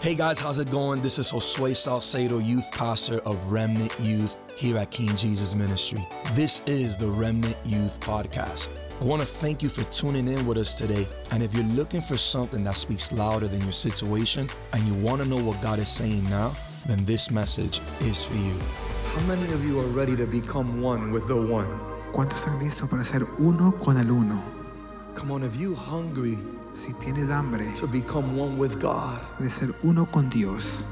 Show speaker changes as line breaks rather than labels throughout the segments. Hey guys, how's it going? This is Josue Salcedo, youth pastor of Remnant Youth here at King Jesus Ministry. This is the Remnant Youth Podcast. I want to thank you for tuning in with us today. And if you're looking for something that speaks louder than your situation and you want to know what God is saying now, then this message is for you. How many of you are ready to become one with the one?
¿Cuántos están listos para ser uno con el uno?
Come on, if you hungry
Si tienes hambre
to become one with God,
de ser uno con Dios,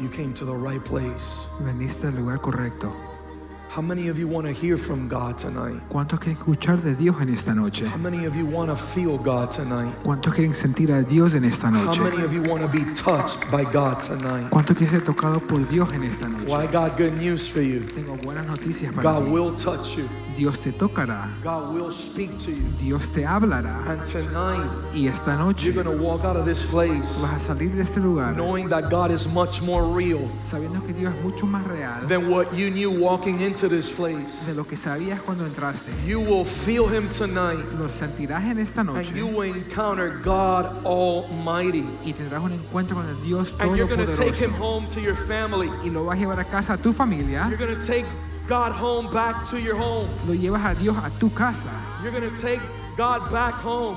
you came to the right place.
veniste al lugar correcto.
How many of you want to hear from God tonight?
¿Cuántos quieren escuchar de Dios en esta noche?
How many of you want to feel God tonight?
¿Cuántos quieren sentir a Dios en esta
How
noche?
many of you want to be touched by God tonight?
¿Cuántos quieren ser tocados por Dios en esta
Well,
noche?
I got good news for you.
Tengo buenas noticias para
God
ti.
will touch you.
Dios te tocará,
God will speak to you.
Dios te hablará.
And tonight,
Y esta
you're
noche
going to walk out of this place
vas a salir de este lugar
knowing that God is much more real
sabiendo que Dios es mucho más real
than what you knew walking into this place.
de lo que sabías cuando entraste.
You will feel Him tonight
Lo sentirás en esta
and you
noche
will encounter God Almighty.
y tendrás un encuentro con el Dios
And you're going to take Him
Todopoderoso.
home to your family.
y lo vas a llevar a casa a tu familia,
You're going to take God home back to your home.
lo llevas a Dios a tu casa,
You're going to take God back home.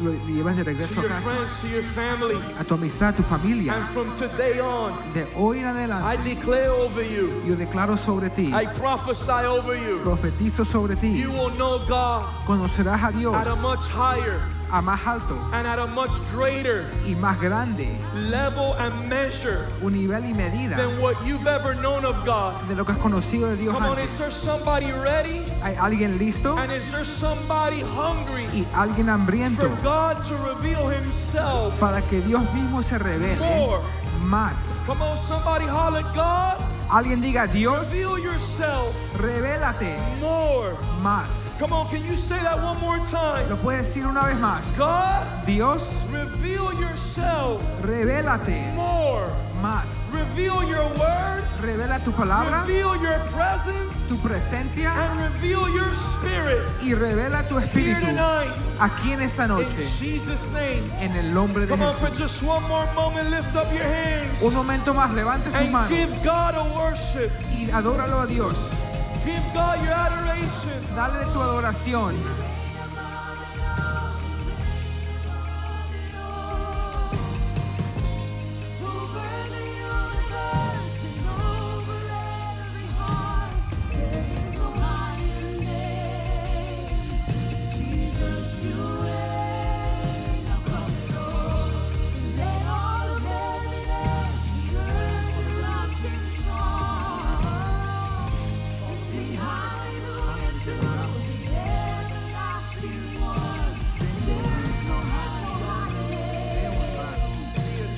lo llevas de
to
regreso a
your
casa,
friends, to your family.
a tu amistad, a tu
And
familia.
from today on,
De hoy en
I
adelante,
declare over you,
yo declaro sobre ti,
I prophesy over you,
profetizo sobre ti,
you will know God
conocerás a Dios
at a much higher
a más alto
and at a much greater
y más grande,
level and measure
un nivel y medida
than what you've ever known of God.
de lo que has conocido de Dios
Come on,
antes.
is there somebody ready?
¿Hay alguien listo
And is there somebody hungry
y alguien
for
hambriento
God to reveal Himself?
para que Dios mismo se revele
More.
más?
Come on, somebody holler, God,
Alguien diga, Dios,
reveal yourself
revélate
more.
más.
Come on, can you say that one more time?
Lo puedes decir una vez más.
God,
Dios,
reveal yourself
revélate
more.
más.
Reveal your word,
Revela tu palabra,
reveal your presence,
tu presencia
and reveal your spirit
y revela tu
here
espíritu
tonight
aquí en esta
in
noche.
Jesus' name.
En el nombre de
Come on, for
Jesús.
just one more moment, lift up your hands
Un momento más, levante sus
and
manos
give God a worship.
y adóralo a Dios.
Give God your adoration.
Dale tu adoración.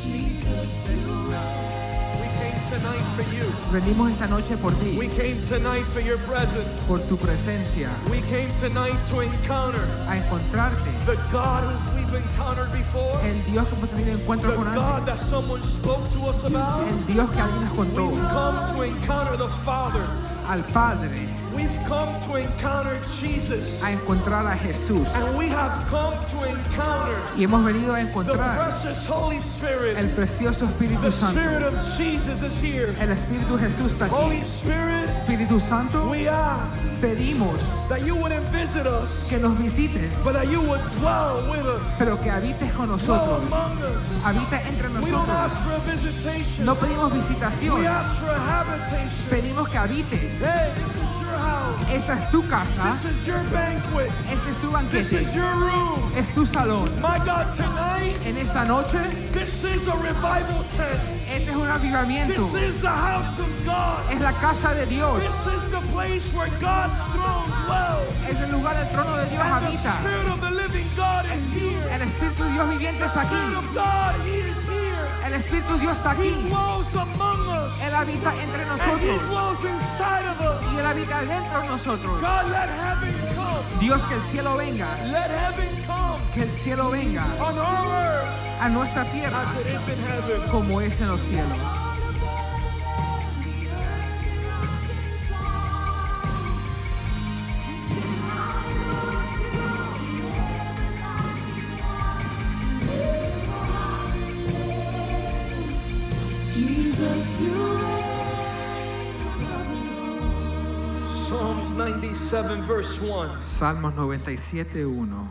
Jesus, you
We came tonight for you.
Venimos esta noche por
We
ti,
came tonight for your presence.
por tu presencia,
We came tonight to encounter
a encontrarte.
the God who we've encountered before.
El Dios que hemos tenido encuentro
The
con
God
antes.
that someone spoke to us about,
El Dios que alguien nos contó.
we've come to encounter the Father.
Al Padre,
We've come to encounter Jesus.
a encontrar a Jesús.
And we have come to encounter
Y hemos venido a
the
encontrar
precious Holy Spirit.
el precioso
The
Espíritu Santo.
Spirit of Jesus is here.
El Espíritu Jesús está aquí.
Holy Spirit,
Espíritu Santo,
we ask
pedimos
that you wouldn't visit us,
que nos visites,
but that you would dwell with us,
pero que habites con
dwell
nosotros.
among us.
Habita entre
We don't
nosotros.
ask for a visitation,
No pedimos
we
visitación,
ask for a habitation.
pedimos que habites.
Hey, this is your house,
Esta es tu casa,
this is your banquet.
este es tu
This
banquete,
is your room.
es tu salón.
My God, tonight,
En esta noche,
this is a revival tent.
este es un avivamiento.
This is the house of God.
Es la casa de Dios.
This is the place where God's throne dwells.
Es el lugar del trono de Dios
And the
habita.
Spirit of the living God is here.
El Espíritu de Dios viviente
The
está
Spirit
aquí.
of God, He is here.
El Espíritu de Dios está
He
aquí.
dwells among us.
Él habita entre
And He
nosotros.
dwells inside of us.
y Él habita dentro de nosotros.
God, let heaven come.
Dios, que el cielo venga,
Let heaven come
que el cielo venga
on our earth
a nuestra tierra
as it is in heaven.
como es en los cielos.
'cause you reign
Thank you
above it all.
Psalms 97, verse 1.
Salmos 97.1.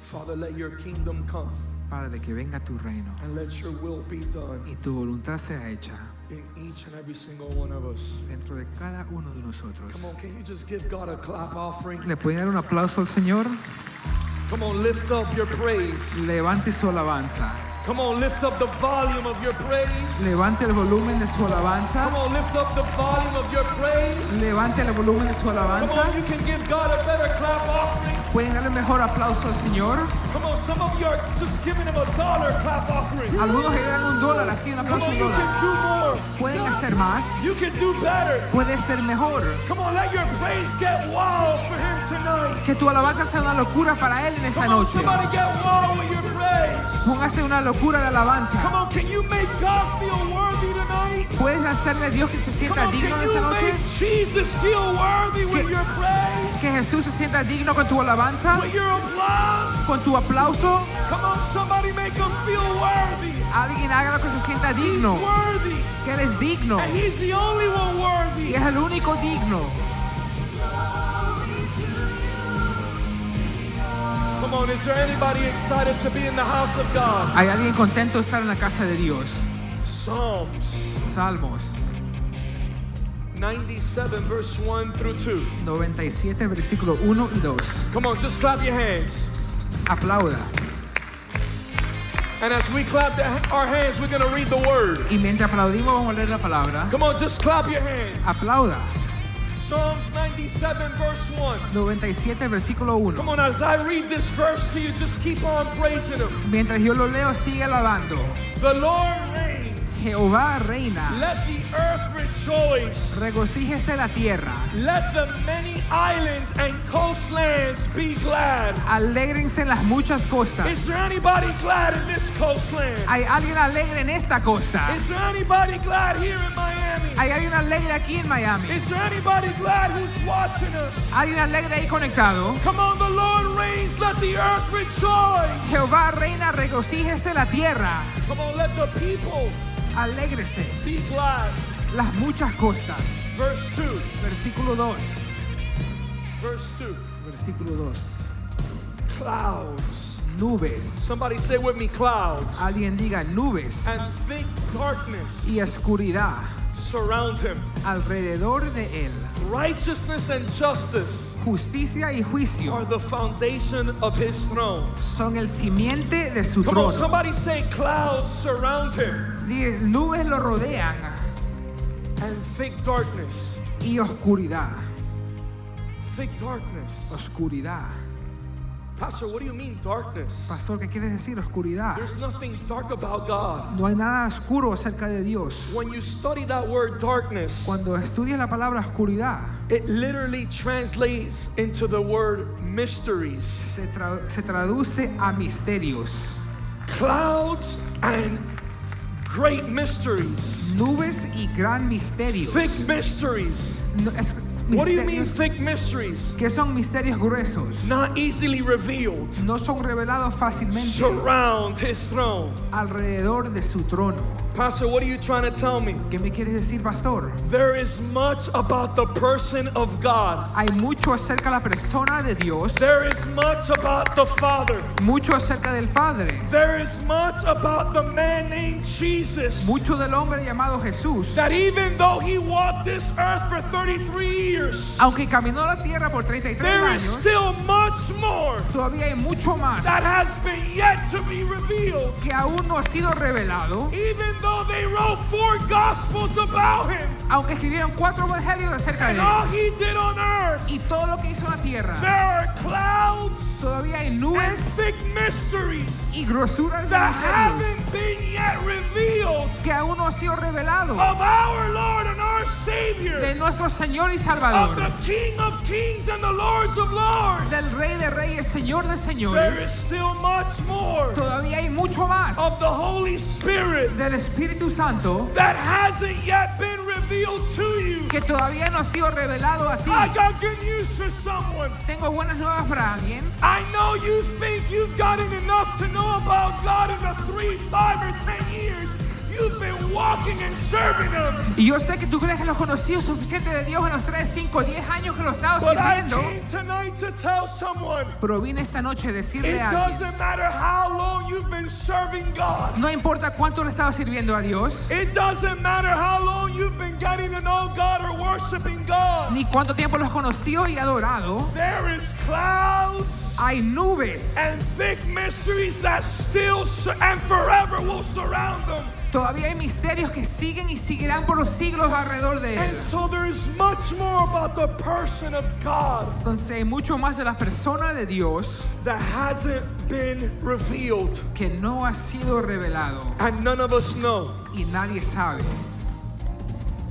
Father, let your kingdom come
Padre, que venga tu reino
and let your will be done
y tu voluntad sea hecha
in each and every single one of us.
dentro de cada uno de nosotros.
Come on, can you just give God a clap offering?
¿Le pueden dar un aplauso al Señor?
Come on, lift up your praise.
Levante su alabanza.
Come on, lift up the volume of your praise.
Levante el volumen de su
Come
alabanza.
on, lift up the volume of your praise.
Levante el volumen de su
Come
alabanza.
on, you can give God a better clap offering.
Pueden darle un mejor aplauso al Señor.
Come on, some of you are just giving him a dollar clap offering.
Algunos le dan un dólar, así un
Come
aplauso
on,
un
you
dólar.
can do more.
Pueden hacer más.
You can do better.
Puede ser mejor.
Come on, let your praise get wild for him tonight.
Que tu alabanza sea una locura para Él en esta
Come on,
noche.
somebody get wild with your praise.
Póngase una locura de alabanza.
Come on, can you make God feel worthy tonight?
¿Puedes hacerle a Dios que se
Come
sienta
on,
digno en
can
esta
you
noche?
make Jesus feel worthy with
Que-
your praise?
Que Jesús se sienta digno con tu alabanza,
With your applause?
con tu aplauso.
Come on, somebody make him feel worthy.
Alguien haga lo que se sienta
He's
digno.
worthy.
Que Él es digno.
And he's the only one
Y
worthy.
es el único digno.
Come on, is there anybody excited to be in the house of God?
Hay alguien contento de estar en la casa de Dios.
Psalms
Salmos
97, verse 1 through 2.
97, versículo 1 y 2.
Come on, just clap your hands.
Aplauda.
And as we clap the, our hands, we're going to read the word.
Y mientras aplaudimos vamos a leer la palabra.
Come on, just clap your hands.
Aplauda.
Psalms 97, verse 1.
97, versículo
Come
1.
on, as I read this verse to you, just keep on praising Him.
Mientras yo lo leo, sigue alabando.
The Lord reigns.
Jehová reina.
Let the earth rejoice.
Regocíjese la tierra.
Let the many islands and coastlands be glad.
Alégrense las muchas costas.
Is there anybody glad in this coastland?
Hay alguien alegre en esta costa.
Is there anybody glad here in Miami?
Hay alguien alegre aquí en Miami.
Is there anybody glad who's watching us?
Alguien alegre ahí conectado.
Come on, the Lord reigns. Let the earth rejoice.
Jehová reina, regocíjese la tierra.
Come on, let the people
Alégrese
be glad.
las muchas costas.
Verse 2.
Versículo 2.
Verse 2.
Versículo 2.
Clouds.
Nubes.
Somebody say with me, clouds.
Alguien diga nubes
and thick darkness
y oscuridad
surround him.
alrededor de él.
Righteousness and justice
Justicia y
are
juicio
the foundation of his throne.
son el simiente de su
Come on,
trono.
somebody say clouds surround him
Di- Nubes lo rodean
and thick darkness.
y oscuridad.
Thick darkness.
Oscuridad.
Pastor, what do you mean darkness?
Pastor, ¿qué quieres decir oscuridad?
There's nothing dark about God.
No hay nada oscuro acerca de Dios.
When you study that word darkness,
Cuando estudias la palabra oscuridad,
it literally translates into the word mysteries.
se, tra- se traduce a misterios,
Clouds and great mysteries.
nubes y gran misterio.
Thick mysteries.
No, es-
What do you mean
misterios
thick mysteries?
que son misterios gruesos,
Not easily revealed.
no son revelados fácilmente
Surround his throne.
alrededor de su trono.
Pastor, what are you trying to tell me?
¿Qué me quieres decir, pastor?
There is much about the person of God.
Hay mucho acerca de la persona de Dios,
There is much about the Father.
mucho acerca del Padre,
There is much about the man named Jesus.
mucho del hombre llamado Jesús.
That even though he walked this earth for 33 years,
Aunque caminó la tierra por 33
there is
años,
still much more
todavía hay mucho más
that has been yet to be revealed.
que aún no ha sido revelado,
Even though they wrote four gospels about him,
aunque escribieron cuatro evangelios acerca de
And
él.
all he did on earth,
Y todo lo que hizo en la tierra,
there are clouds
todavía hay
and
nubes
thick mysteries
y grosuras de
that
misterios
haven't been yet revealed
que aún no ha sido revelado
of our Lord and our
de
Savior,
nuestro Señor y
of
Salvador,
the King of Kings and the Lords of Lords.
del Rey de Reyes, Señor de
There
Señores.
is still much more
Todavía hay mucho más
of the Holy Spirit
del Espíritu Santo
that hasn't yet been revealed to you.
que todavía no ha sido revelado a ti.
I got good news for someone.
Tengo buenas nuevas para alguien.
I know you think you've gotten enough to know about God in the three, five, or ten years you've been walking and serving Him.
Y yo sé que tú crees que los conocidos suficiente de Dios en los 3, 5, 10 años que lo he estado
But I
sirviendo.
came tonight to tell someone
Pero vine esta noche a
it
decirle a alguien,
doesn't matter how long you've been serving God.
no importa cuánto le he estado sirviendo a Dios,
It doesn't matter how long you've been getting to know God or worshiping God.
ni cuánto tiempo los conoció y adorado,
There is clouds
hay nubes
and thick mysteries that still su- and forever will surround them.
Todavía hay misterios que siguen y seguirán por los siglos alrededor de
And
él.
so there is much more about the person of God
Entonces hay mucho más de la persona de Dios
that hasn't been revealed.
que no ha sido revelado
And none of us know.
y nadie sabe.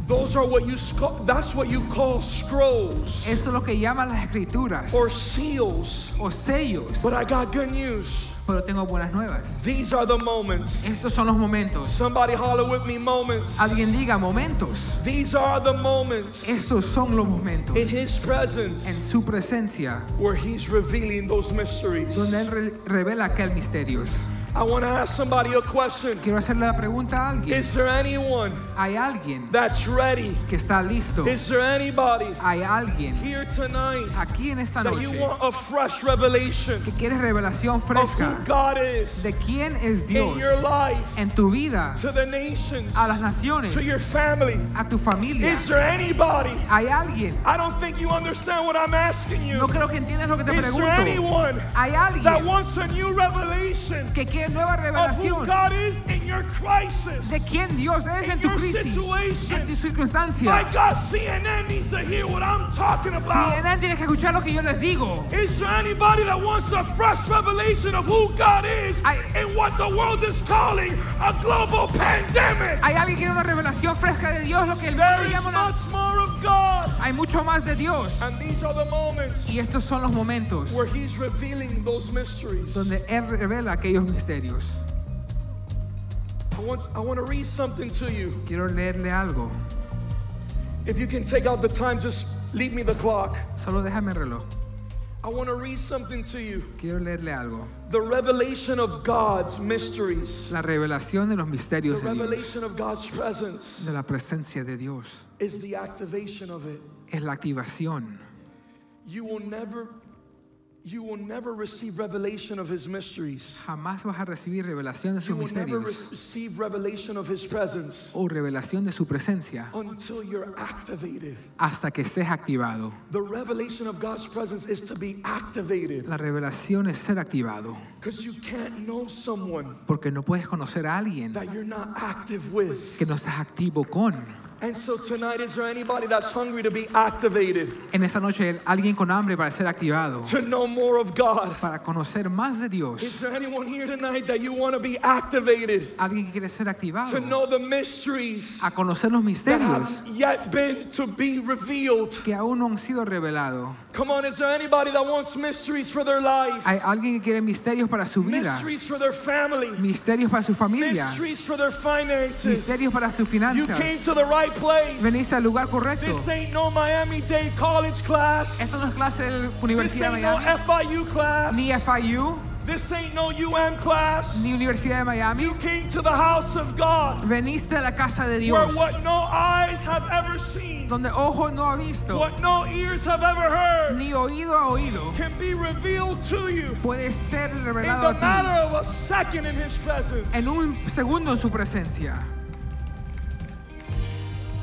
Those are what you sc- that's what you call scrolls
Eso es lo que llaman las escrituras
or seals.
o sellos.
But I got good news.
Pero tengo buenas nuevas.
These are the moments.
Estos son los momentos.
Somebody holler with me moments.
Alguien diga momentos.
These are the moments
Estos son los momentos
in his presence
en su presencia
where he's revealing those
donde
mysteries.
él re- revela aquel misterio.
I want to ask somebody a question.
Quiero hacerle la pregunta a alguien.
Is there anyone
Hay alguien
that's ready?
que está listo.
Is there anybody
Hay alguien
here tonight
aquí en esta
that you
noche
want a fresh revelation
que quieres revelación
of who
fresca
God is
de quién es Dios
in your life,
en tu vida,
to the nations,
a las naciones,
to your family?
a tu familia.
Is there anybody?
Hay alguien,
I don't think you understand what I'm asking you.
no creo que entiendas lo que te
Is there
pregunto.
anyone
Hay
that
alguien
wants a new revelation
que quiere nueva
of who
revelación
God is in your crisis?
de quién Dios es
in
en tu
your
crisis,
situation.
en tu circunstancia.
My God, CNN needs to hear what I'm talking
Si
about.
en él tienes que escuchar lo que yo les digo.
Is there anybody that wants a fresh revelation of who God is
I-
and what the world is calling a global pandemic?
Hay alguien que quiere una revelación fresca de Dios, lo que el mundo
There is
llama una-
much more of God.
Hay mucho más de Dios.
And these are the moments
Y estos son los momentos
where He's revealing those mysteries.
donde Él revela aquellos misterios.
I want, I want to read something to you.
Quiero leerle algo.
If you can take out the time, just leave me the clock.
Solo déjame el reloj.
I want to read something to you.
Quiero leerle algo.
The revelation of God's mysteries,
La revelación de los
the
misterios de Dios,
revelation of God's presence
de la presencia de Dios,
is the activation of it.
es la activación.
You will never you will never receive revelation of his mysteries.
Jamás vas a recibir revelación de
You
sus
will never re-
misterios
receive revelation of his presence
o revelación de su presencia
until you're activated.
hasta que seas activado.
The revelation of God's presence is to be activated
La revelación es ser activado,
because you can't know someone
porque no puedes conocer a alguien
that you're not active with.
que no estás activo con.
And so tonight, is there anybody that's hungry to be activated,
En esta noche, alguien con hambre para ser activado,
to know more of God?
para conocer más de Dios,
Is there anyone here tonight that you want to be activated
alguien que quiere ser activado,
to know the mysteries
a conocer los
that
misterios
have yet been to be revealed?
que aún no han sido revelados.
Come on, is there anybody that wants mysteries for their life?
Hay alguien que quiere misterios para su vida,
Mysteries for their family?
misterios para su familia,
Mysteries for their finances?
misterios para sus
You came
finanzas.
to the right place.
Veniste al lugar correcto.
This ain't no Miami-Dade college class.
Esto no es clase de la
This
Universidad de
ain't no
Miami,
FIU
ni
class.
FIU,
This ain't no UM class.
ni Universidad de Miami.
You came to the house of God
Veniste a la casa
where
de Dios,
what no eyes have ever seen,
donde ojo no ha visto,
what no ears have ever heard,
ni oído ha oído.
can be revealed to you
Puede ser
in
revelado
the
a ti
matter of a second in His presence.
en un segundo en su presencia.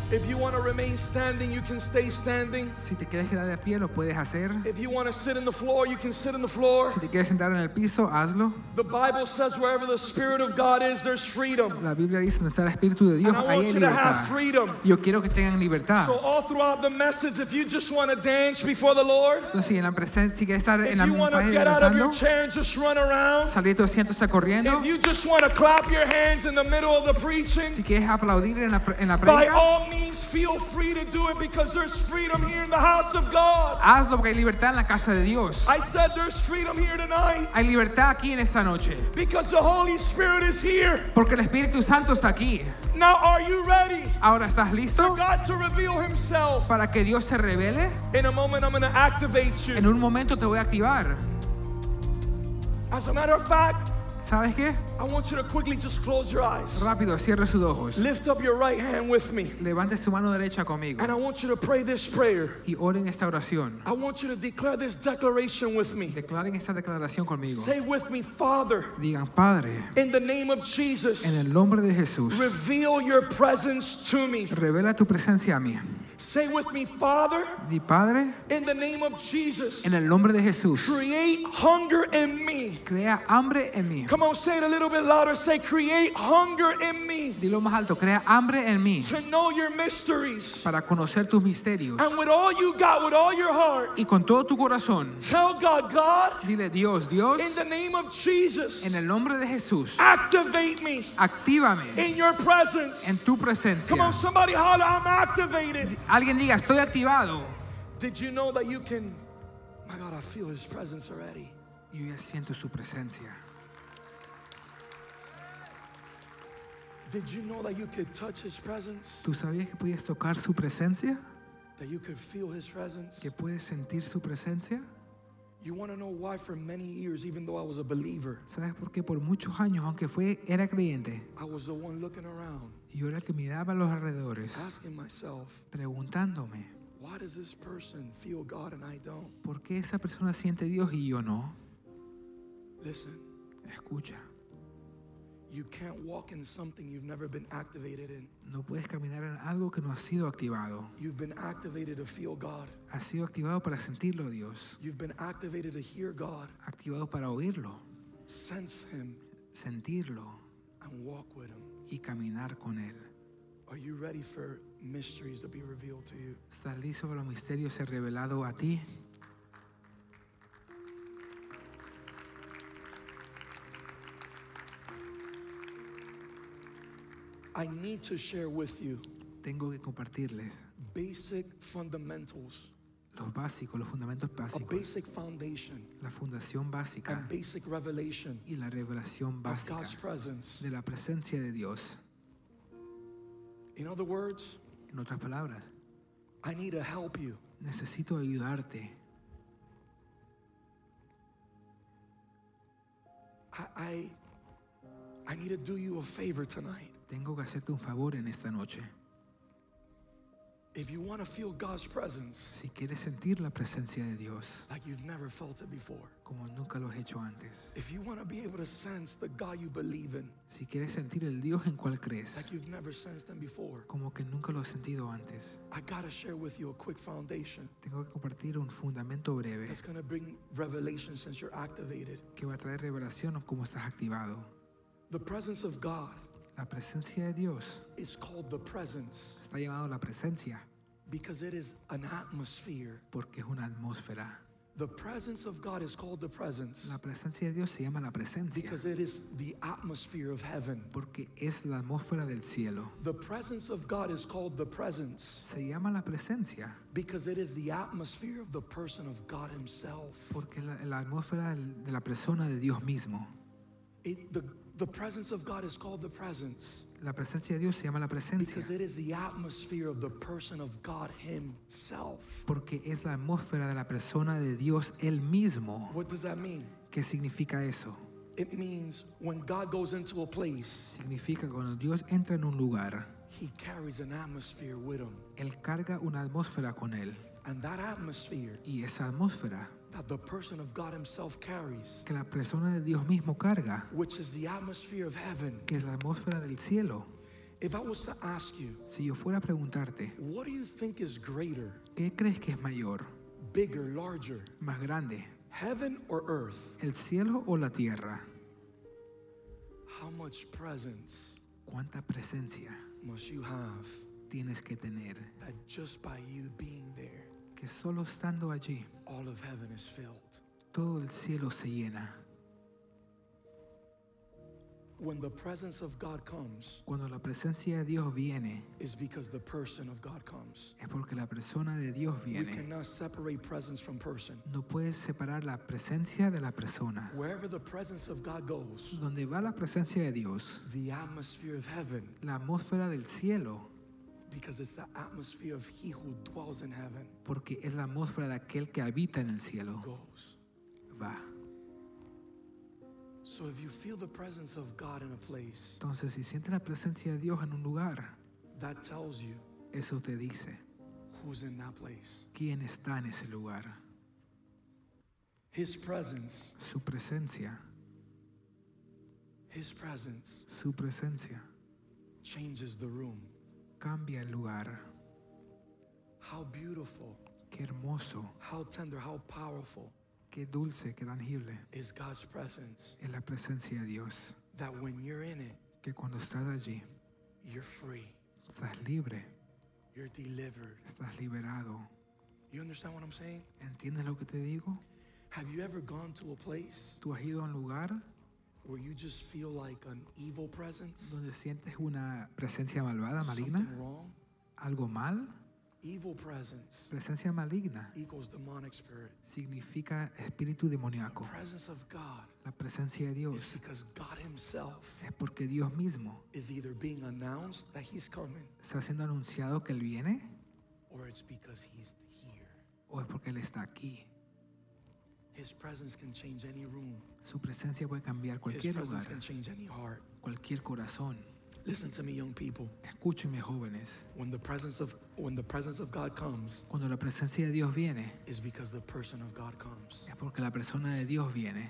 If you want to remain standing, you can stay standing.
Si te quieres quedar de pie, lo puedes hacer.
If you want to sit in the floor, you can sit in the floor.
Si te quieres sentar en el piso, hazlo.
The Bible says wherever the Spirit of God is, there's freedom.
La Biblia dice, donde está el Espíritu de Dios,
And I
ahí
want
hay
you to have
libertad.
freedom.
Yo quiero que tengan libertad.
So, all throughout the message, if you just want to dance before the Lord,
Entonces, si en la presencia, si quieres estar en
if
la
you want to
mensaje
get out of your
danzando,
chair and just run around,
salir de tu asiento, está corriendo.
If you just want to clap your hands in the middle of the preaching,
Si quieres aplaudir en la, pre- en la
by
predica,
all means, feel free to do it because there's freedom here in the house of God.
hazlo porque hay libertad en la casa de Dios.
I said there's freedom here tonight
Hay libertad aquí en esta noche.
because the Holy Spirit is here.
Porque el Espíritu Santo está aquí.
Now, are you ready?
Ahora estás listo
God to reveal Himself.
para que Dios se revele.
In a moment, I'm going to activate
En
you.
un momento te voy a activar.
As a matter of fact,
¿Sabes qué?
I want you to quickly just close your eyes.
Rápido, cierre sus ojos.
Lift up your right hand with me.
Levante su mano derecha conmigo
And I want you to pray this prayer.
y oren esta oración.
I want you to declare this declaration with me.
Declaren esta declaración conmigo.
Say with me, Father,
Digan, Padre,
in the name of Jesus,
en el nombre de Jesús,
reveal your presence to me.
revela tu presencia a mí.
Say with me, Father,
Di, Padre,
in the name of Jesus,
en el nombre de Jesús,
create hunger in me.
crea hambre en mí.
Come on, say it a little bit louder. Say, create hunger in me
Dilo más alto, crea hambre en mí
to know your mysteries.
para conocer tus misterios.
And with all you got, with all your heart,
Y con todo tu corazón,
tell God, God,
dile, Dios, Dios,
in the name of Jesus,
en el nombre de Jesús,
activate me
actívame
in your presence.
en tu
Come
presencia.
on, somebody holler, I'm activated.
Alguien diga, estoy activado.
Did you know that you can? My God, I feel his presence already.
Yo ya siento su presencia.
Did you know that you could touch his presence?
¿Tú sabías que podías tocar su presencia?
That you could feel his presence?
¿Que puedes sentir su presencia?
You want to know why, for many years, even though I was a believer,
¿Sabes por qué? Por muchos años, aunque fue, era creyente,
I was the one looking around,
yo era el que miraba a los alrededores,
asking myself,
preguntándome,
why does this person feel God and I don't?
¿por qué esa persona siente Dios y yo no?
Listen,
Escucha,
you can't walk in something you've never been activated in.
no puedes caminar en algo que no ha sido activado.
You've been activated to feel God.
Ha sido activado para sentirlo, Dios.
You've been activated to hear God,
Activado para oírlo,
sense him,
sentirlo
and walk with him.
y caminar con Él.
Are you ready for mysteries to be revealed to you?
¿Estás listo para los misterios ser revelado a ti?
I need to share with you
Tengo que compartirles
basic fundamentals,
los básicos, los fundamentos
a
básicos,
basic foundation,
la fundación básica
and basic revelation
y la revelación
of
básica
God's presence.
de la presencia de Dios.
In other words,
En otras palabras,
I need to help you.
necesito ayudarte.
I, I, I need to do you a favor tonight.
Tengo que hacerte un favor en esta noche.
If you want to feel God's presence
Si quieres sentir la presencia de Dios
like you've never felt it before,
como nunca lo has hecho antes,
if you want to be able to sense the God you believe in
si quieres sentir el Dios en cual crees
like you've never sensed him before,
como que nunca lo has sentido antes,
I got to share with you a quick foundation
tengo que compartir un fundamento breve
that's going to bring revelation since you're activated.
que va a traer revelación of cómo estás activado.
The presence of God
La presencia de Dios
is called the presence
está llamado la presencia
because it is an atmosphere.
porque es una atmósfera.
The presence of God is called the presence
La presencia de Dios se llama la presencia
because it is the atmosphere of heaven.
porque es la atmósfera del cielo.
The presence of God is called the presence
Se llama la presencia
because it is the atmosphere of the person of God Himself.
porque es la, la atmósfera del- de la persona de Dios mismo.
It, the, the presence of God is called the presence
La presencia de Dios se llama la presencia
because it is the atmosphere of the person of God Himself.
porque es la atmósfera de la persona de Dios él mismo.
What does that mean?
¿Qué significa eso?
It means when God goes into a place,
Significa que cuando Dios entra en un lugar,
He carries an atmosphere with Him.
él carga una atmósfera con él
And that atmosphere
y esa atmósfera
that the person of God Himself carries,
que la persona de Dios mismo carga,
which is the atmosphere of heaven.
que es la atmósfera del cielo.
If I was to ask you,
Si yo fuera a preguntarte,
what do you think is greater,
¿qué crees que es mayor,
bigger, larger,
más grande,
heaven or earth?
el cielo o la tierra?
How much presence
¿Cuánta presencia
must you have
tienes que tener
that just by you being there,
que solo estando allí
all of heaven is filled?
todo el cielo se llena?
When the presence of God comes,
Cuando la presencia de Dios viene,
is because the person of God comes.
es porque la persona de Dios
We
viene.
cannot separate presence from person.
No puedes separar la presencia de la persona.
Wherever the presence of God goes,
Donde va la presencia de Dios,
the atmosphere of heaven,
la atmósfera del cielo,
because it's the atmosphere of He who dwells in heaven,
porque es la atmósfera de aquel que habita en el cielo,
goes.
va.
So if you feel the presence of God in a place,
Entonces, si sientes la presencia de Dios en un lugar,
that tells you
eso te dice
who's in that place.
quién está en ese lugar.
His presence,
Su presencia,
His presence
su presencia
changes the room.
cambia el lugar.
How beautiful,
Qué hermoso,
how tender, how powerful
qué dulce, qué tangible
is God's presence
es la presencia de Dios.
that when you're in it,
Que cuando estás allí,
you're free,
estás libre,
you're delivered.
estás liberado.
You understand what I'm saying?
¿Entiendes lo que te digo?
Have you ever gone to a place
¿Tú has ido a un lugar
where you just feel like an evil presence?
donde sientes una presencia malvada,
Something
maligna?
wrong?
¿Algo mal?
Evil presence
Presencia maligna
equals demonic spirit.
significa espíritu demoníaco.
Presence of God
La presencia de
is
Dios
because God Himself
es porque Dios mismo
is either being announced that He's coming
está siendo anunciado que Él viene
or it's because He's here.
o es porque Él está aquí.
His presence can change any room.
Su presencia puede cambiar
His
cualquier
presence
lugar,
can change any heart.
cualquier corazón.
Listen to me, young people.
Escúchenme jóvenes,
When the presence of when the presence of God comes,
cuando la presencia de Dios viene
is because the person of God comes.
es porque la persona de Dios viene.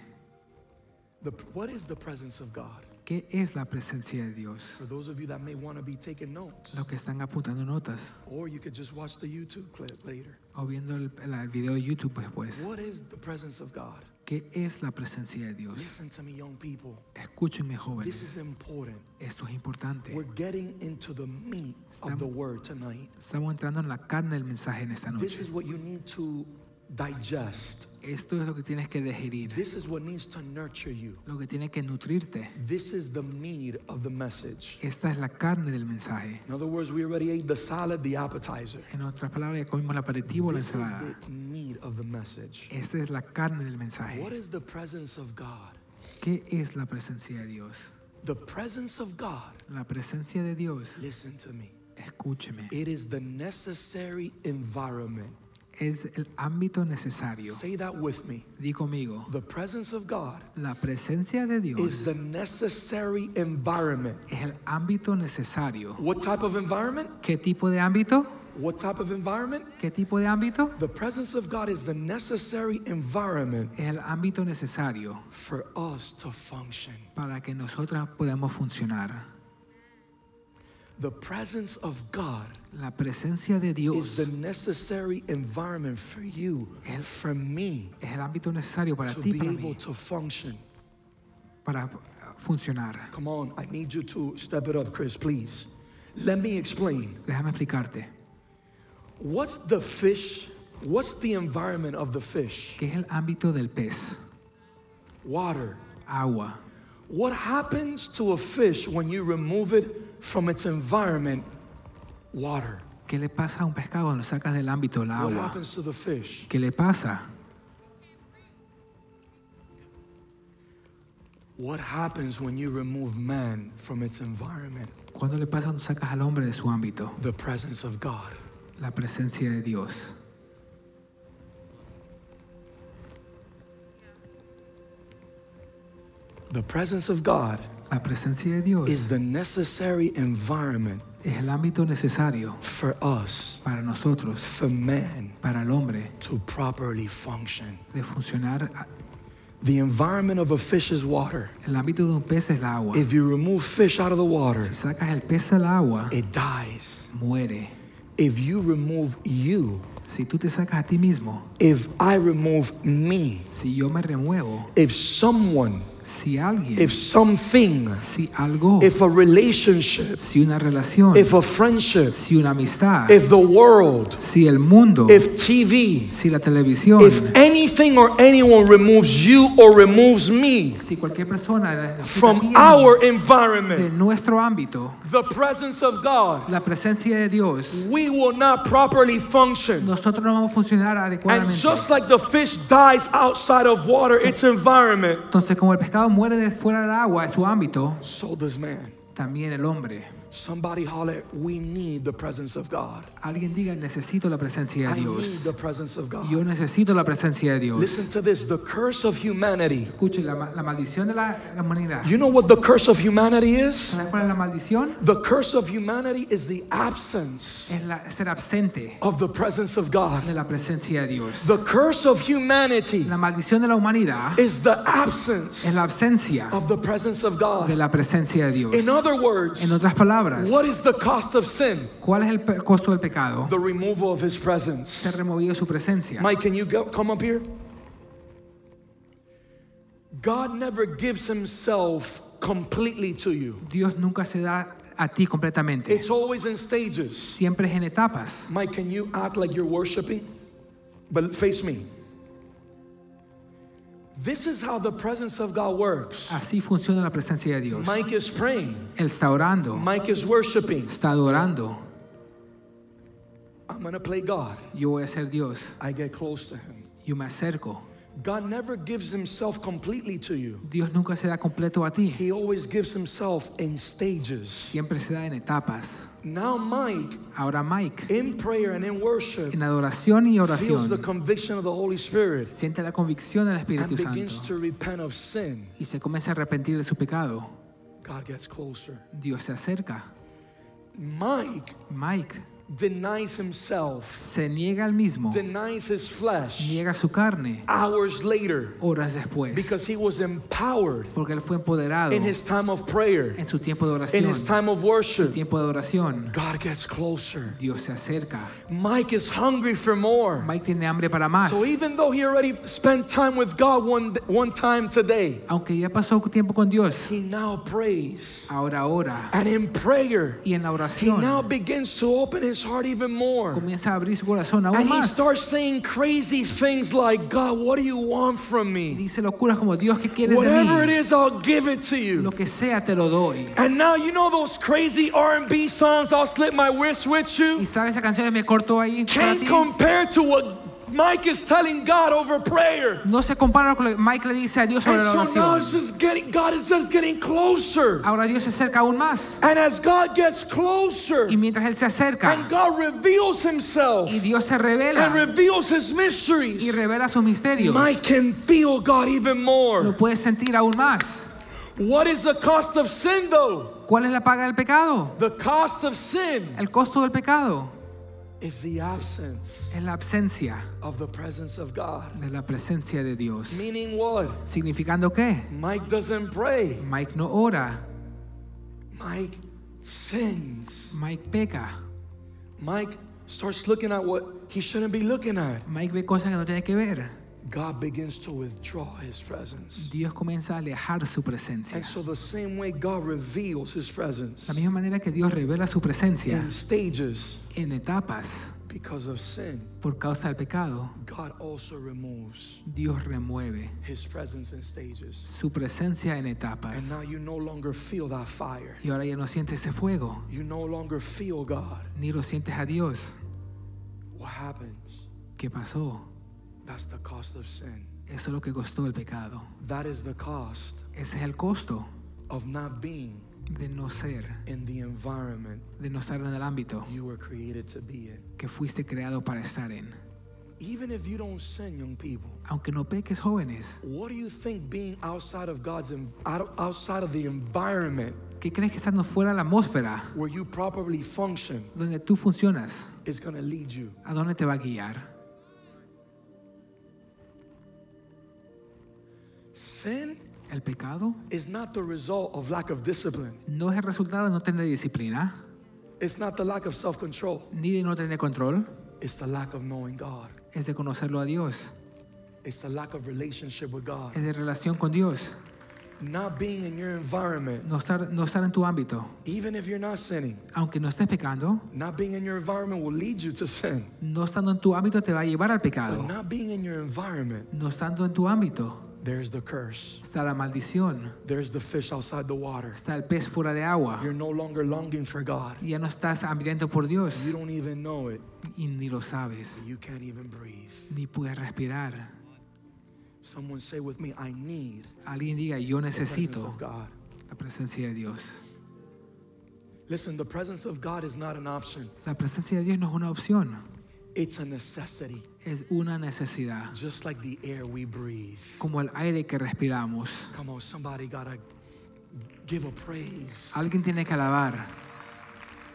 The, what is the presence of God?
¿Qué es la presencia de Dios?
For those of you that may want to be taking notes,
Los que están apuntando notas
or you could just watch the YouTube clip later.
o viendo el, el video de YouTube después.
What is the presence of God?
¿Qué es la presencia de Dios?
Listen to me, young people.
Escúchenme
This
jóvenes,
is important.
esto es importante.
We're getting into the meat of the word tonight.
Estamos entrando en la carne del mensaje en
This
esta noche.
is what you need to digest.
Esto es lo que tienes que digerir,
This is what needs to nurture you.
lo que tiene que nutrirte.
This is the need of the message.
Esta es la carne del mensaje.
In other words, we already ate the salad, the appetizer.
En otras palabras, ya comimos el aperitivo o la
This is the
ensalada.
need of the message.
Esta es la carne del
What
mensaje.
is the presence of God?
¿Qué es la presencia de Dios?
The presence of God,
La presencia de Dios,
listen to me,
escúcheme,
it is the necessary environment.
es el ámbito necesario.
Say that with me.
Di conmigo,
The presence of God
la presencia de
is
Dios
the necessary environment.
es el ámbito necesario.
What type of environment?
¿Qué tipo de ámbito?
What type of environment?
¿Qué tipo de ámbito?
The presence of God is the necessary environment
Es el ámbito necesario
for us to function.
para que nosotras podamos funcionar.
The presence of God
La presencia de Dios
is the necessary environment for you,
El-
for me,
es el ámbito necesario para
to
ti,
be
para
able
mí,
to function.
para funcionar.
Come on, I need you to step it up, Chris, please. Let me explain.
Déjame explicarte.
What's the fish? What's the environment of the fish?
¿Qué es el ámbito del pez?
Water.
Agua.
What happens to a fish when you remove it from its environment? Water.
¿Qué le pasa a un pescado cuando lo sacas del ámbito del
What
agua?
happens to the fish?
¿Qué le pasa?
What happens when you remove man from its environment?
¿Cuándo le pasa cuando sacas al hombre de su ámbito?
The presence of God.
La presencia de Dios.
The presence of God
La presencia de Dios
is the necessary environment
es el ámbito necesario
for us,
para nosotros,
for man,
para el hombre,
to properly function.
de funcionar.
The environment of a fish is water.
El ámbito de un pez es la agua.
If you remove fish out of the water,
Si sacas el pez al agua,
it dies.
muere.
If you remove you,
Si tú te sacas a ti mismo,
if I remove me,
si yo me remuevo,
if someone,
si alguien,
if something,
si algo,
if a relationship,
si una relación,
if a friendship,
si una amistad,
if the world,
si el mundo,
if TV,
si la televisión,
if anything or anyone removes you or removes me
si cualquier persona de-
from
también
our
de
environment,
nuestro ámbito,
the presence of God,
la presencia de Dios,
we will not properly function.
nosotros no vamos a funcionar
And
adecuadamente.
just like the fish dies outside of water, its environment,
Entonces, como el pescado muere de fuera del agua, de su ámbito,
so does man.
también el hombre.
Somebody holler, we need the presence of God.
Alguien diga, necesito la presencia
I
de
need
Dios.
the presence of God.
Yo necesito la presencia de Dios.
Listen to this the curse of humanity.
Escuche, la, ma- la maldición de la, la humanidad.
You know what the curse of humanity is?
¿Sabes cuál es la maldición?
The curse of humanity is the absence
Es la- ser absente
of the presence of God.
de la presencia de Dios.
The curse of humanity
La maldición de la humanidad
is the absence
es la ausencia
of the presence of
de
God.
la presencia de Dios.
In other
En
words,
otras palabras,
what is the cost of sin?
¿cuál es el pe- costo del pecado?
The removal of his
Ser
presence.
removido de su presencia.
Mike, can you go, come up here? God never gives himself completely to you.
Dios nunca se da a ti completamente.
It's always in stages.
Siempre es en etapas.
Mike, can you act like you're worshiping? But face me. This is how the presence of God works.
Así funciona la presencia de Dios.
Mike is praying,
Él está orando,
Mike is worshiping.
está adorando.
I'm gonna play God.
Yo voy a ser Dios.
I get close to Him.
Yo me acerco.
God never gives Himself completely to you,
Dios nunca se da completo a ti.
He always gives Himself in stages.
Siempre se da en etapas.
Now, Mike,
Ahora Mike,
in prayer and in worship,
en adoración y
feels the
oración,
conviction of the Holy Spirit
siente la convicción del
and
Espíritu
begins
Santo
to repent of sin.
y se comienza a arrepentir de su pecado.
God gets closer.
Dios se acerca.
Mike
Mike
denies himself
se niega al mismo,
denies his flesh
niega su carne
hours later
horas después,
because he was empowered
porque él fue empoderado
in his time of prayer,
en su tiempo de
in
oración.
his
En
time of worship.
tiempo de oración,
God gets closer.
Dios se acerca.
Mike is hungry for more.
Mike tiene hambre para más.
So even though he already spent time with God one, one time today,
Aunque ya pasó tiempo con Dios,
he now prays.
ahora ora
And in prayer,
y en la
he now
oración
begins to open his heart even more.
comienza a abrir su corazón aún
And he
más.
starts saying crazy things like, God, what do you want from me?
Dice locuras como Dios, ¿qué quieres de
Whatever it
mí?
is, I'll give it to you.
Lo que sea te lo doy.
And now you know those crazy R&B songs I'll slip my wrist with
Y
you
sabes esa canción que me cortó ahí. para
can't
ti?
compare to what Mike is telling God over prayer.
No se compara con lo que Mike le dice a Dios sobre
And
la
so now it's
oración.
just getting God is just getting closer.
Ahora Dios se acerca aún más.
And as God gets closer
Y mientras Él se acerca
and God reveals himself
y Dios se
and
revela
reveals his
y
mysteries,
revela sus misterios,
Mike can feel God even
lo
more.
puedes sentir aún más.
What is the cost of sin though?
¿Cuál es la paga del pecado?
The cost of sin
El costo del pecado
is the absence
es la ausencia
of the presence of God.
de la presencia de Dios.
Meaning what?
¿Significando qué?
Mike doesn't pray.
Mike no ora,
Mike sins.
Mike peca,
Mike starts looking at what he shouldn't be looking at.
Mike ve cosas que no tiene que ver.
God begins to withdraw his presence.
Dios comienza a alejar su presencia.
And so, the same way God reveals his presence
La misma manera que Dios revela su presencia
in stages
en etapas
because of sin,
por causa del pecado,
God also removes
Dios remueve
his presence in stages.
su presencia en etapas.
And now you no longer feel that fire.
Y ahora ya no sientes ese fuego,
You no longer feel God.
ni lo sientes a Dios.
What happens?
¿Qué pasó?
That's the cost of sin.
Eso es lo que costó el pecado.
That is the cost
Ese es el costo
of not being
de no ser,
in the environment
de no estar en el ámbito
you were created to be in.
que fuiste creado para estar en.
Even if you don't sin, young people,
Aunque no peques jóvenes,
what do you think being outside of God's en- out- outside of the environment
¿qué crees que estando fuera de la atmósfera,
where you properly function
donde tú funcionas,
is going to lead you?
a dónde te va a guiar?
Sin
El pecado
is not the result of lack of discipline.
no es el resultado de no tener disciplina,
It's not the lack of self-control.
ni de no tener control,
It's the lack of knowing God.
es de conocerlo a Dios,
It's the lack of relationship with God.
es de relación con Dios,
Not being in your environment,
no estar, no estar en tu ámbito.
even if you're not sinning,
Aunque no estés pecando,
not being in your environment will lead you to sin.
no estando en tu ámbito te va a llevar al
But
pecado.
not being in your environment,
No estando en tu ámbito
there's the curse.
está la maldición,
There's the fish outside the water.
está el pez fuera de agua.
You're no longer longing for God.
Ya no estás hambriento por Dios
You don't even know it.
y ni lo sabes,
You can't even breathe.
ni puedes respirar.
Someone say with me, I need
Alguien diga, yo
the presence
necesito
of God.
la presencia de Dios.
Listen, the presence of God is not an option,
La presencia de Dios no es una opción,
it's a necessity,
es una necesidad,
just like the air we breathe.
como el aire que respiramos.
Come on, somebody gotta give a praise.
Alguien tiene que alabar.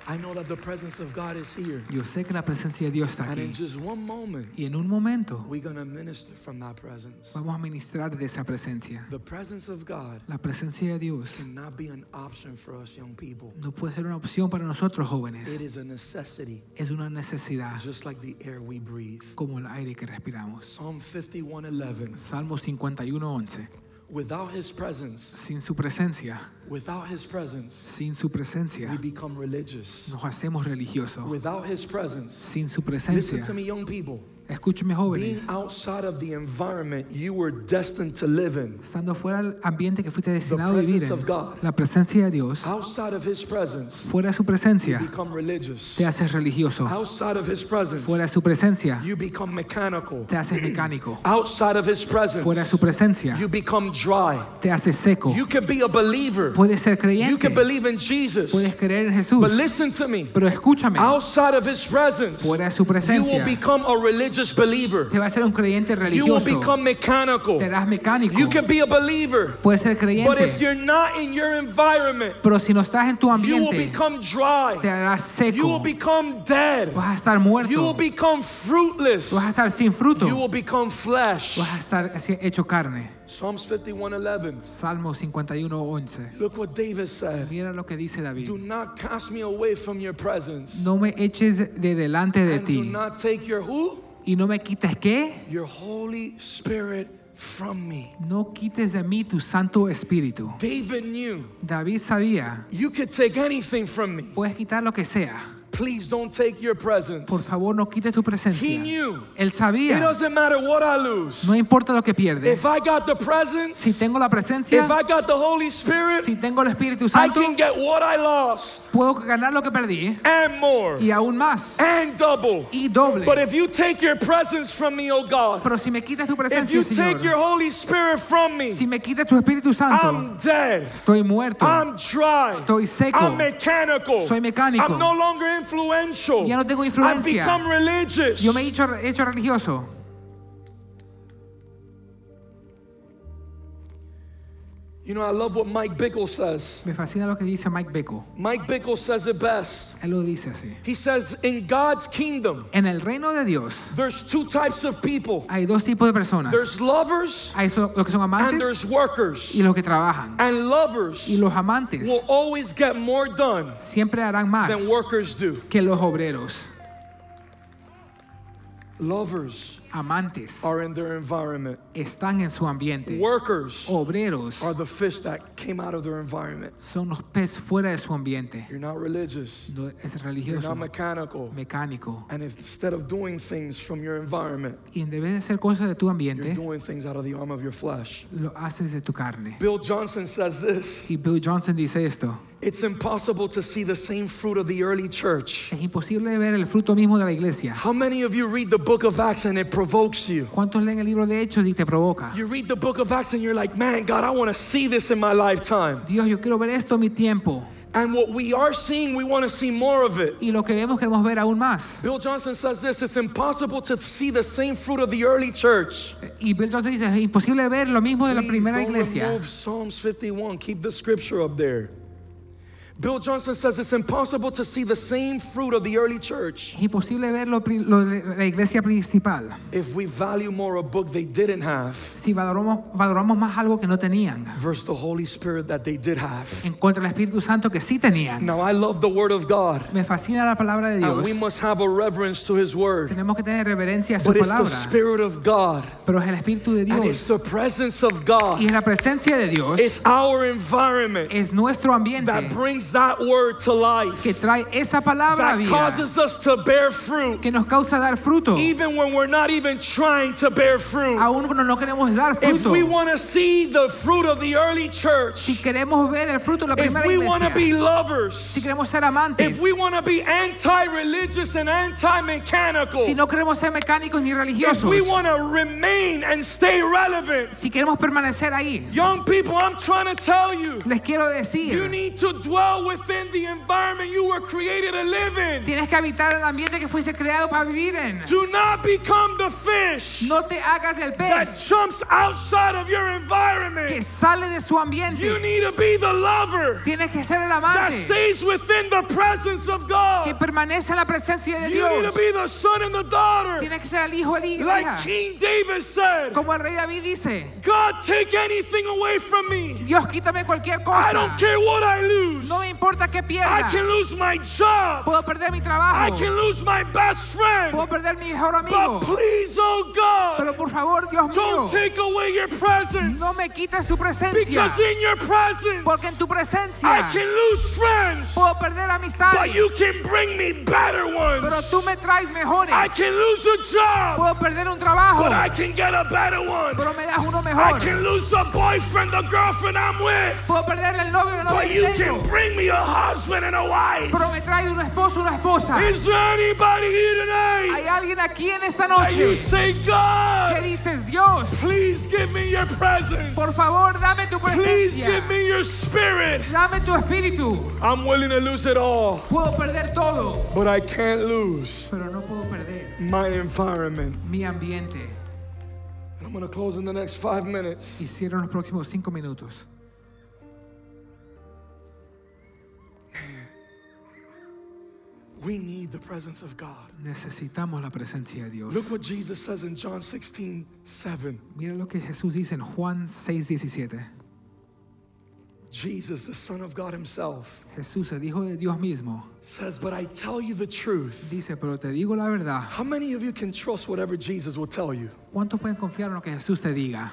I know that the presence of God is here.
Yo sé que la presencia de Dios está
And
aquí.
in just one moment,
Y en un momento
we're gonna minister from that presence.
vamos a ministrar de esa presencia.
The presence of God
La presencia de Dios
cannot be an option for us young people.
no puede ser una opción para nosotros
It
jóvenes.
is a necessity,
Es una necesidad,
just like the air we breathe.
como el aire que respiramos.
Psalm 51:11.
Salmo 51.11.
Without his presence,
Sin su presencia,
without his presence,
sin su presencia,
we become religious.
nos hacemos religiosos.
Without his presence,
Sin su
listen
presencia,
to me young people.
escúcheme
Being
jóvenes,
outside of the environment you were destined to live in,
estando fuera del ambiente que fuiste destinado a vivir,
presence
en,
of God.
la presencia de Dios,
outside of his presence,
fuera de su presencia,
become religious.
te haces religioso.
Outside of his presence,
Fuera de su presencia,
you become mechanical.
te haces mecánico.
Outside of his
Fuera de su
presence,
presencia,
you become dry.
te haces seco.
You can be a believer.
Puedes ser
You
creyente,
can believe in Jesus.
puedes creer en Jesús,
But listen to me.
pero escúchame,
Outside of his presence,
fuera de su
you will
presencia,
become a religious believer.
te vas a ser un creyente
You will
religioso,
become mechanical.
te harás mecánico,
You can be a believer.
puedes ser
But if
creyente,
you're not in your environment,
pero si no estás en tu
you will
ambiente,
become
te
dry.
harás
You will
seco,
become dead.
vas a estar
You will
muerto,
become fruitless.
vas a estar sin fruto,
You will become flesh.
vas a estar así hecho carne.
Psalms 51:11.
Salmo 51:11.
Look what David said.
Mira lo que dice David.
Do not cast me away from your presence.
No me eches de delante de
And do
ti
not take your who?
y no me quites qué?
Your Holy Spirit from me.
No quites de mí tu Santo Espíritu.
David knew
David sabía,
you could take anything from me.
puedes quitar lo que sea.
Please don't take your presence.
Por favor, no quites tu
He
presencia.
knew.
Él
It
sabía,
doesn't matter what I lose.
no importa lo que pierdes.
If I got the presence,
Si tengo la presencia,
if I got the Holy Spirit,
si tengo el Espíritu
I
Santo,
can get what I lost
puedo ganar lo que perdí
and more
y aún más
and double.
y doble.
But if you take your presence from me, oh God,
Pero si me quitas tu
if you
presencia,
take your
Señor,
Holy Spirit from me,
si me quitas tu Espíritu Santo,
I'm dead.
estoy muerto.
I'm dry.
Estoy seco.
I'm mechanical.
Soy mecánico.
I'm no longer influential.
Ya no tengo
I've
influencia.
become religious.
Yo me he hecho, hecho religioso.
You know, I love what Mike Bickle says.
Me fascina lo que dice Mike Beco.
Mike Bickle says it best.
Él lo dice así.
He says, In God's kingdom,
En el reino de Dios
there's two types of people
hay dos tipos de personas.
there's lovers
Hay so- los que son
and
amantes
there's workers.
y los que trabajan.
And lovers
Y los amantes
will always get more done
siempre harán más
than workers do.
que los obreros.
Lovers
Amantes
are in their environment,
están en su ambiente.
workers
Obreros
are the fish that came out of their environment.
son los pez fuera de su ambiente.
You're not religious,
No es
you're
religioso,
not mechanical.
mecánico.
And if, instead of doing things from your environment,
Y en vez de hacer cosas de tu
you're
ambiente,
doing things out of the arm of your flesh.
lo haces de tu carne.
Bill Johnson says this
Y Bill Johnson dice esto.
It's impossible to see the same fruit of the early church.
Es imposible ver el fruto mismo de la iglesia.
How many of you read the book of Acts and it provokes you?
¿Cuántos leen el libro de Hechos y te provoca?
You read the book of Acts and you're like, man, God, I want to see this in my lifetime.
Dios, yo quiero ver esto en mi tiempo.
And what we are seeing, we want to see more of it.
Y lo que vemos queremos ver aún más.
Bill Johnson says this it's impossible to see the same fruit of the early church.
Y Bill Johnson dice, es imposible ver lo mismo de la
Please
primera
don't
iglesia.
remove Psalms 51. Keep the scripture up there. Bill Johnson says it's impossible to see the same fruit of the early church
Es imposible ver lo, pri- lo de la iglesia principal.
if we value more a book they didn't have
Si valoramos, valoramos más algo que no tenían,
versus the Holy Spirit that they did have.
en contra del Espíritu Santo que sí tenían.
Now, I love the Word of God,
Me fascina la palabra de
and
Dios.
we must have a reverence to His Word.
Tenemos que tener reverencia a su
But it's the
palabra.
Spirit of God,
Pero es el Espíritu de
and it's the
Dios.
presence of God.
Y es la presencia de Dios.
It's our environment
Es nuestro ambiente
that brings that Word to life,
que trae esa palabra a
that
vida.
causes us to bear fruit,
Que nos causa dar fruto.
even when we're not even trying to bear fruit.
aún cuando no queremos dar
If
fruto,
we want to see the fruit of the early
si
church,
queremos ver el fruto de la
if
primera
we want to
iglesia,
be
si
lovers,
queremos ser amantes,
if we want to be anti religious and anti mechanical,
si no queremos ser mecánicos ni
if
religiosos,
we want to remain and stay relevant,
si queremos permanecer ahí,
young people, I'm trying to tell you,
les quiero
you
decir,
need to dwell dwell within the environment you were created to live in.
Tienes que habitar el ambiente que fuiste creado para vivir en.
Do not become the fish
No te hagas el
that
pez
jumps outside of your
que
environment.
sale de su
You
ambiente.
need to be the lover
Tienes que ser el
that
amante
stays within the presence of
que
God.
permanece en la presencia de
You need to
Dios.
be the son and the daughter.
Tienes que ser el hijo, el hijo.
Like King David said,
Como el rey David dice,
God, take anything away from me.
Dios quítame cualquier
I don't
cosa.
care what I lose.
No me importa qué
I
pierda.
can lose my job.
Puedo perder mi
I
trabajo.
can lose my best friend.
Puedo perder mi mejor
But
amigo.
please, oh God,
Pero por favor, Dios mío,
don't take away your presence.
no me quites su presencia.
Because in your
Porque en
presence,
tu
I
presencia
can lose friends.
puedo perder
But
amistades.
you can bring me better
Pero
ones.
tú me traes
I
mejores.
can lose a job.
Puedo perder un trabajo.
But I can get a better one.
Pero me das uno
I
mejor.
can lose a boyfriend, a girlfriend I'm with.
Puedo perder el novio o novia
But you
que
can
tengo.
bring me a husband and a wife.
Pero me traes un esposo una esposa.
Is there anybody here tonight
Hay alguien aquí en esta
that you
noche
say,
que
God,
dices, Dios,
please give me your presence.
por favor, dame tu
Please
presencia.
give me your spirit.
Dame tu espíritu.
I'm willing to lose it all,
Puedo perder todo,
but I can't lose
pero no puedo perder
my environment.
mi ambiente.
And I'm going to close in the next five minutes.
Y cierro en los próximos cinco minutos.
We need the presence of God.
Necesitamos la presencia de Dios.
Look what Jesus says in John 16, 7.
Mira lo que Jesús dice en Juan 6:17.
Jesus, the Son of God Himself,
Jesús, el Hijo de Dios mismo,
says, But I tell you the truth.
dice, pero te digo la verdad,
How many of you can trust whatever Jesus will tell you?
¿cuántos pueden confiar en lo que Jesús te diga?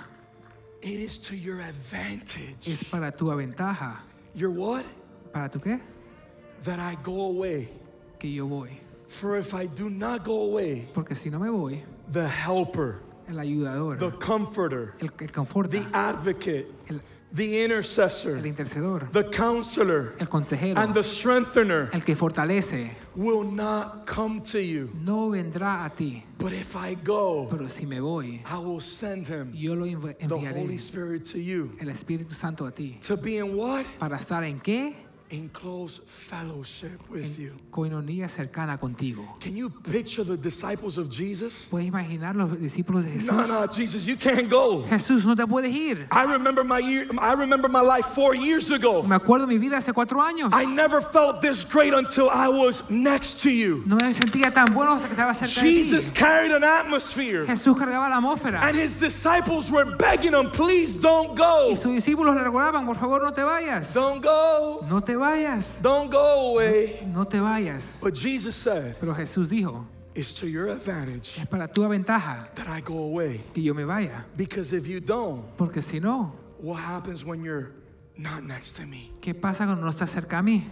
It is to your
Es
advantage.
para tu ventaja.
Your what?
¿Para tu qué?
That I go away.
Que yo voy.
For if I do not go away,
Porque si no me voy,
the helper,
el ayudador,
the comforter,
el, el conforta,
the advocate,
el,
the
el
intercessor,
intercedor,
the counselor,
el consejero,
and the strengthener
el que fortalece,
will not come to you.
no vendrá a ti.
But if I go,
Pero si me voy,
I will send him,
yo lo env-
the
enviaré,
Holy Spirit, to you.
el Espíritu Santo a ti.
To be in what?
¿Para estar en qué?
In close fellowship with you.
Coinonía cercana contigo.
Can you picture the disciples of Jesus?
¿Puedes imaginar los discípulos de Jesús?
No, no, Jesus, you can't go.
Jesús, no te puedes ir.
I remember my year, I remember my life four years ago.
Me acuerdo mi vida hace cuatro años.
I never felt this great until I was next to you.
No me sentía tan bueno hasta que estaba cerca
Jesus
de ti.
carried an atmosphere.
Jesús cargaba la atmósfera.
And his disciples were begging him, please don't go.
Y sus discípulos le recordaban, por favor, no te vayas.
Don't go.
No te vayas.
Don't go away.
No te vayas.
But Jesus said,
Pero Jesús dijo,
it's to your advantage
es para tu ventaja
that I go away.
que yo me vaya.
Because if you don't,
Porque si no,
what happens when you're not next to me?
¿qué pasa cuando no estás cerca a mí?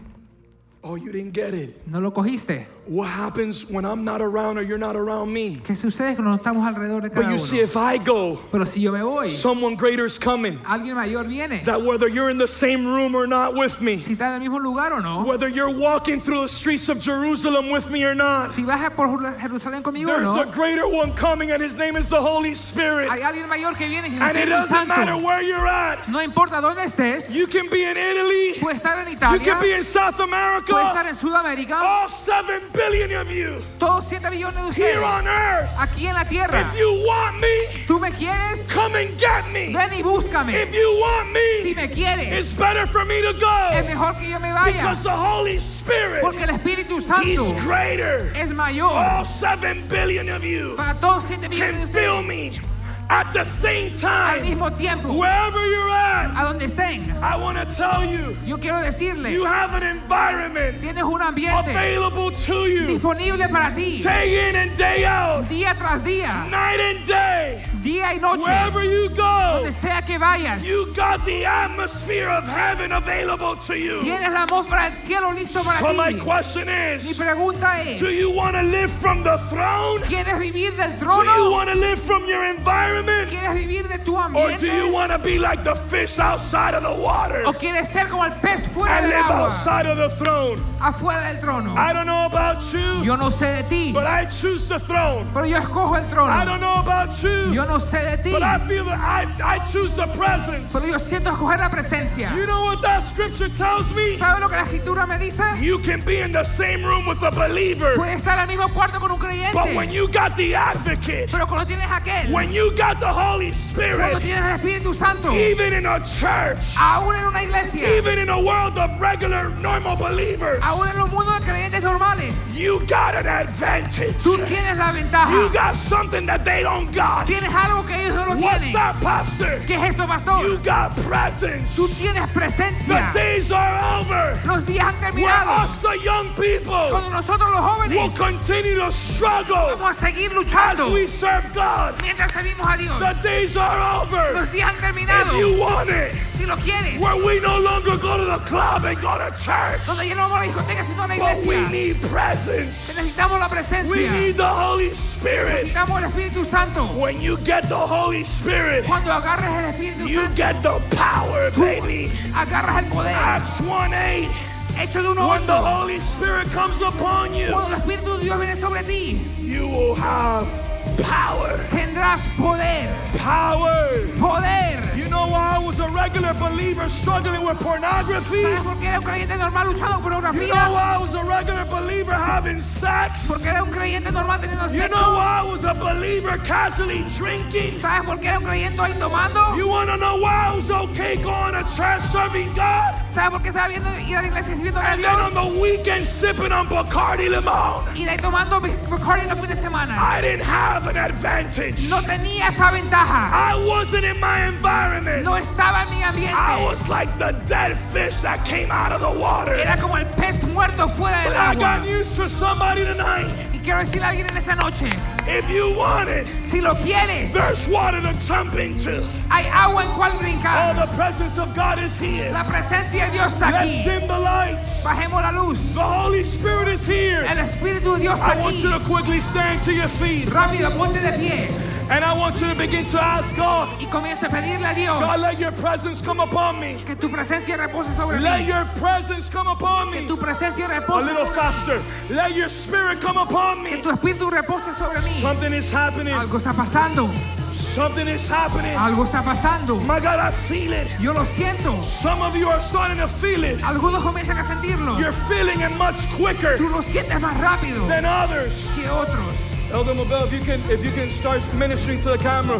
Oh, you didn't get it.
No lo cogiste.
What happens when I'm not around or you're not around me?
¿Qué sucede cuando no estamos alrededor de
But
cada
you see,
uno?
if I go,
Pero si yo me voy,
someone greater is coming.
alguien mayor viene.
That whether you're in the same room or not with me,
Si estás en el mismo lugar o no.
whether you're walking through the streets of Jerusalem with me or not,
Si vas por Jeru- Jerusalén conmigo o
There's a
no.
greater one coming, and his name is the Holy Spirit.
Hay alguien mayor que viene. y el
And it
Espíritu
doesn't
Santo.
matter where you're at.
No importa dónde estés.
You can be in Italy,
Puede estar en
you
Italia,
can be
puede
in South
estar
America.
en Sudamérica,
All seven billion of you
todos 7 millones de
here
ustedes,
on earth.
aquí en la tierra.
If you want me,
Tú me quieres,
come and get me.
ven y
If
búscame.
you want
Si
me,
me quieres,
it's better for me to
es
go
mejor que yo me vaya,
because the Holy
porque
Spirit,
el Espíritu
He's
Santo
greater.
es mayor
All seven billion of you
para todos 7 millones de
can feel
ustedes
me at the same
al
time,
mismo tiempo,
wherever you're at.
a donde estén.
I want to tell you,
Yo quiero decirle,
you have an environment
tienes un ambiente
available to you
disponible para ti,
day in and day out,
día tras día,
night and day.
día y noche,
Wherever you
donde
go,
sea que vayas.
you got the atmosphere of heaven available to you.
Tienes la atmósfera del cielo listo
So,
para
my
ti.
question
Mi
is
pregunta es,
do you want to live from the throne?
¿Quieres vivir del
Do you
trono?
want to live from your environment?
¿Quieres vivir de tu
Or do
ambiente?
you want to be like the fish outside of the water
¿O quieres ser como el pez fuera
and
del
live
agua?
outside of the throne?
Afuera del trono.
I don't know about you,
Yo no sé de ti,
but I choose the throne.
pero yo escojo el
I
trono.
don't know about you,
Yo no sé de ti,
but I feel that I, I choose the presence.
pero yo siento escoger la presencia.
You know what that scripture tells me?
¿Sabes lo que la escritura me dice?
You can be in the same room with a believer,
Puedes estar en el mismo cuarto con un
but when
creyente,
you got the advocate,
pero cuando tienes a aquel,
when you got the Holy
cuando
Spirit,
tienes el Espíritu Santo,
even in a church,
aún en una iglesia,
even in a world of regular, normal believers,
aún en los mundos de creyentes normales,
you got an advantage.
tú tienes la ventaja.
You got something that they don't got.
Tienes algo que ellos no lo
What's
tienen.
that, Pastor?
¿Qué es eso,
You
pastor?
got presence.
Tú tienes
The
presencia.
days are over.
Los días han
Where
terminado.
us, the young people,
Cuando nosotros los
will
jóvenes
continue to struggle
vamos a seguir
as
luchando
we serve God.
mientras servimos a Dios.
The days are over.
Los días han
If you
terminado.
want it,
Si lo quieres,
where we no longer go to the club and go to
donde
church,
ya no vamos a la discoteca sino a la
but we
iglesia.
need presence.
Necesitamos la
We
presencia.
need the Holy Spirit.
Necesitamos el Espíritu Santo.
When you get the Holy Spirit,
Cuando agarres el Espíritu
you
Santo,
get the power, baby.
agarras el poder.
Acts 1 8.
Hecho de uno
When the
ocho.
Holy Spirit comes upon you,
Cuando el Espíritu de Dios viene sobre ti,
you will have power.
tendrás poder.
Power.
Poder.
You know why I was a regular believer struggling with pornography?
¿Sabes por qué era un creyente normal luchando con
You know
pornografía?
why I was a regular believer having sex?
Porque era un creyente normal teniendo
You know
sexo.
why I was a believer casually drinking?
¿Sabes por qué era un creyente ahí tomando?
You wanna know why I was okay going to church serving God?
¿Sabes por qué estaba viendo ir a la iglesia sirviendo a
And then on
Dios?
the weekend sipping on Bacardi Limon.
Y de ahí tomando Bacardi los fines de semana.
I didn't have an advantage.
No tenía esa ventaja.
I wasn't in my environment.
No estaba en mi
I
ambiente.
was like the dead fish that came out of the water.
Era como el pez muerto fuera
But
del
I
agua.
got news for somebody tonight.
Y quiero decirle a alguien en esta noche,
If you want it,
si lo quieres,
there's water to jump into.
hay agua en cual
Oh,
brincar.
the presence of God is here.
La presencia de Dios está
Let's
aquí.
dim the lights.
Bajemos la luz.
The Holy Spirit is here.
El Espíritu de Dios
I
está
want
aquí.
you to quickly stand to your feet
Rápido, ponte de pie
and I want you to begin to ask God,
y comienza a pedirle a Dios
God, let your presence come upon me.
que tu presencia repose sobre
Let
mí.
your presence come upon me.
Tu presencia
A
repose
little
sobre
faster. Let your spirit come upon me.
Tu espíritu repose sobre mí.
Something is happening.
Algo está pasando.
Something is happening.
Algo está pasando.
My God, I feel it.
Yo lo siento.
Some of you are starting to feel it.
Algunos comienzan a sentirlo.
You're feeling it much quicker
Tú lo sientes más rápido
than others.
que otros.
Elder Mabel, if you can if you can start ministering to the camera.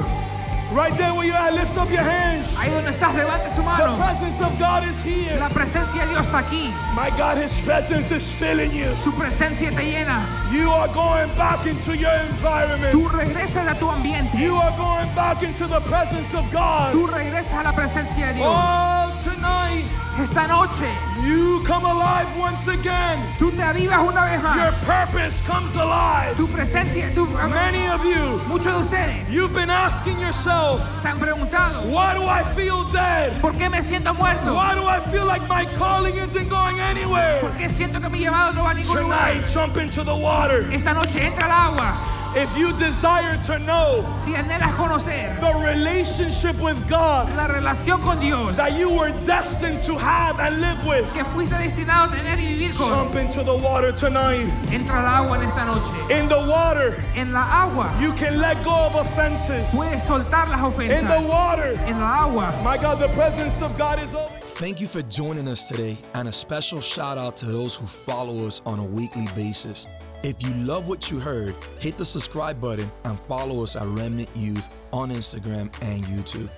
Right there where you are, lift up your hands.
Ahí donde estás, levante
The
su mano.
presence of God is here.
La presencia de Dios está aquí.
My God, his presence is filling you.
Su presencia te llena.
You are going back into your environment.
Tú regresas a tu ambiente.
You are going back into the presence of God.
Tú regresas a la presencia de Dios.
Oh, tonight.
Esta noche,
You come alive once again.
tú te avivas una vez
Your
más.
purpose comes alive.
Tu presencia, tu...
Many of you,
Muchos de ustedes
you've been asking yourself,
se han preguntado,
why do I feel dead?
¿por qué me siento muerto?
Why do I feel like my calling isn't going
¿Por
anywhere?
qué siento que mi llamado no va a ningún lugar?
Tonight, jump into the water.
Esta noche entra al agua.
If you desire to know
Si anhelas conocer
the relationship with God
la relación con Dios
that you were destined to have and live with,
que fuiste destinado a tener y vivir con,
jump into the water tonight.
entra al agua en esta noche.
In the water,
En la agua
you can let go of offenses.
puedes soltar las
In the
ofensas.
water,
En la agua
My God, the presence of God is over.
Thank you for joining us today, and a special shout out to those who follow us on a weekly basis. If you love what you heard, hit the subscribe button and follow us at Remnant Youth on Instagram and YouTube.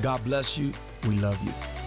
God bless you. We love you.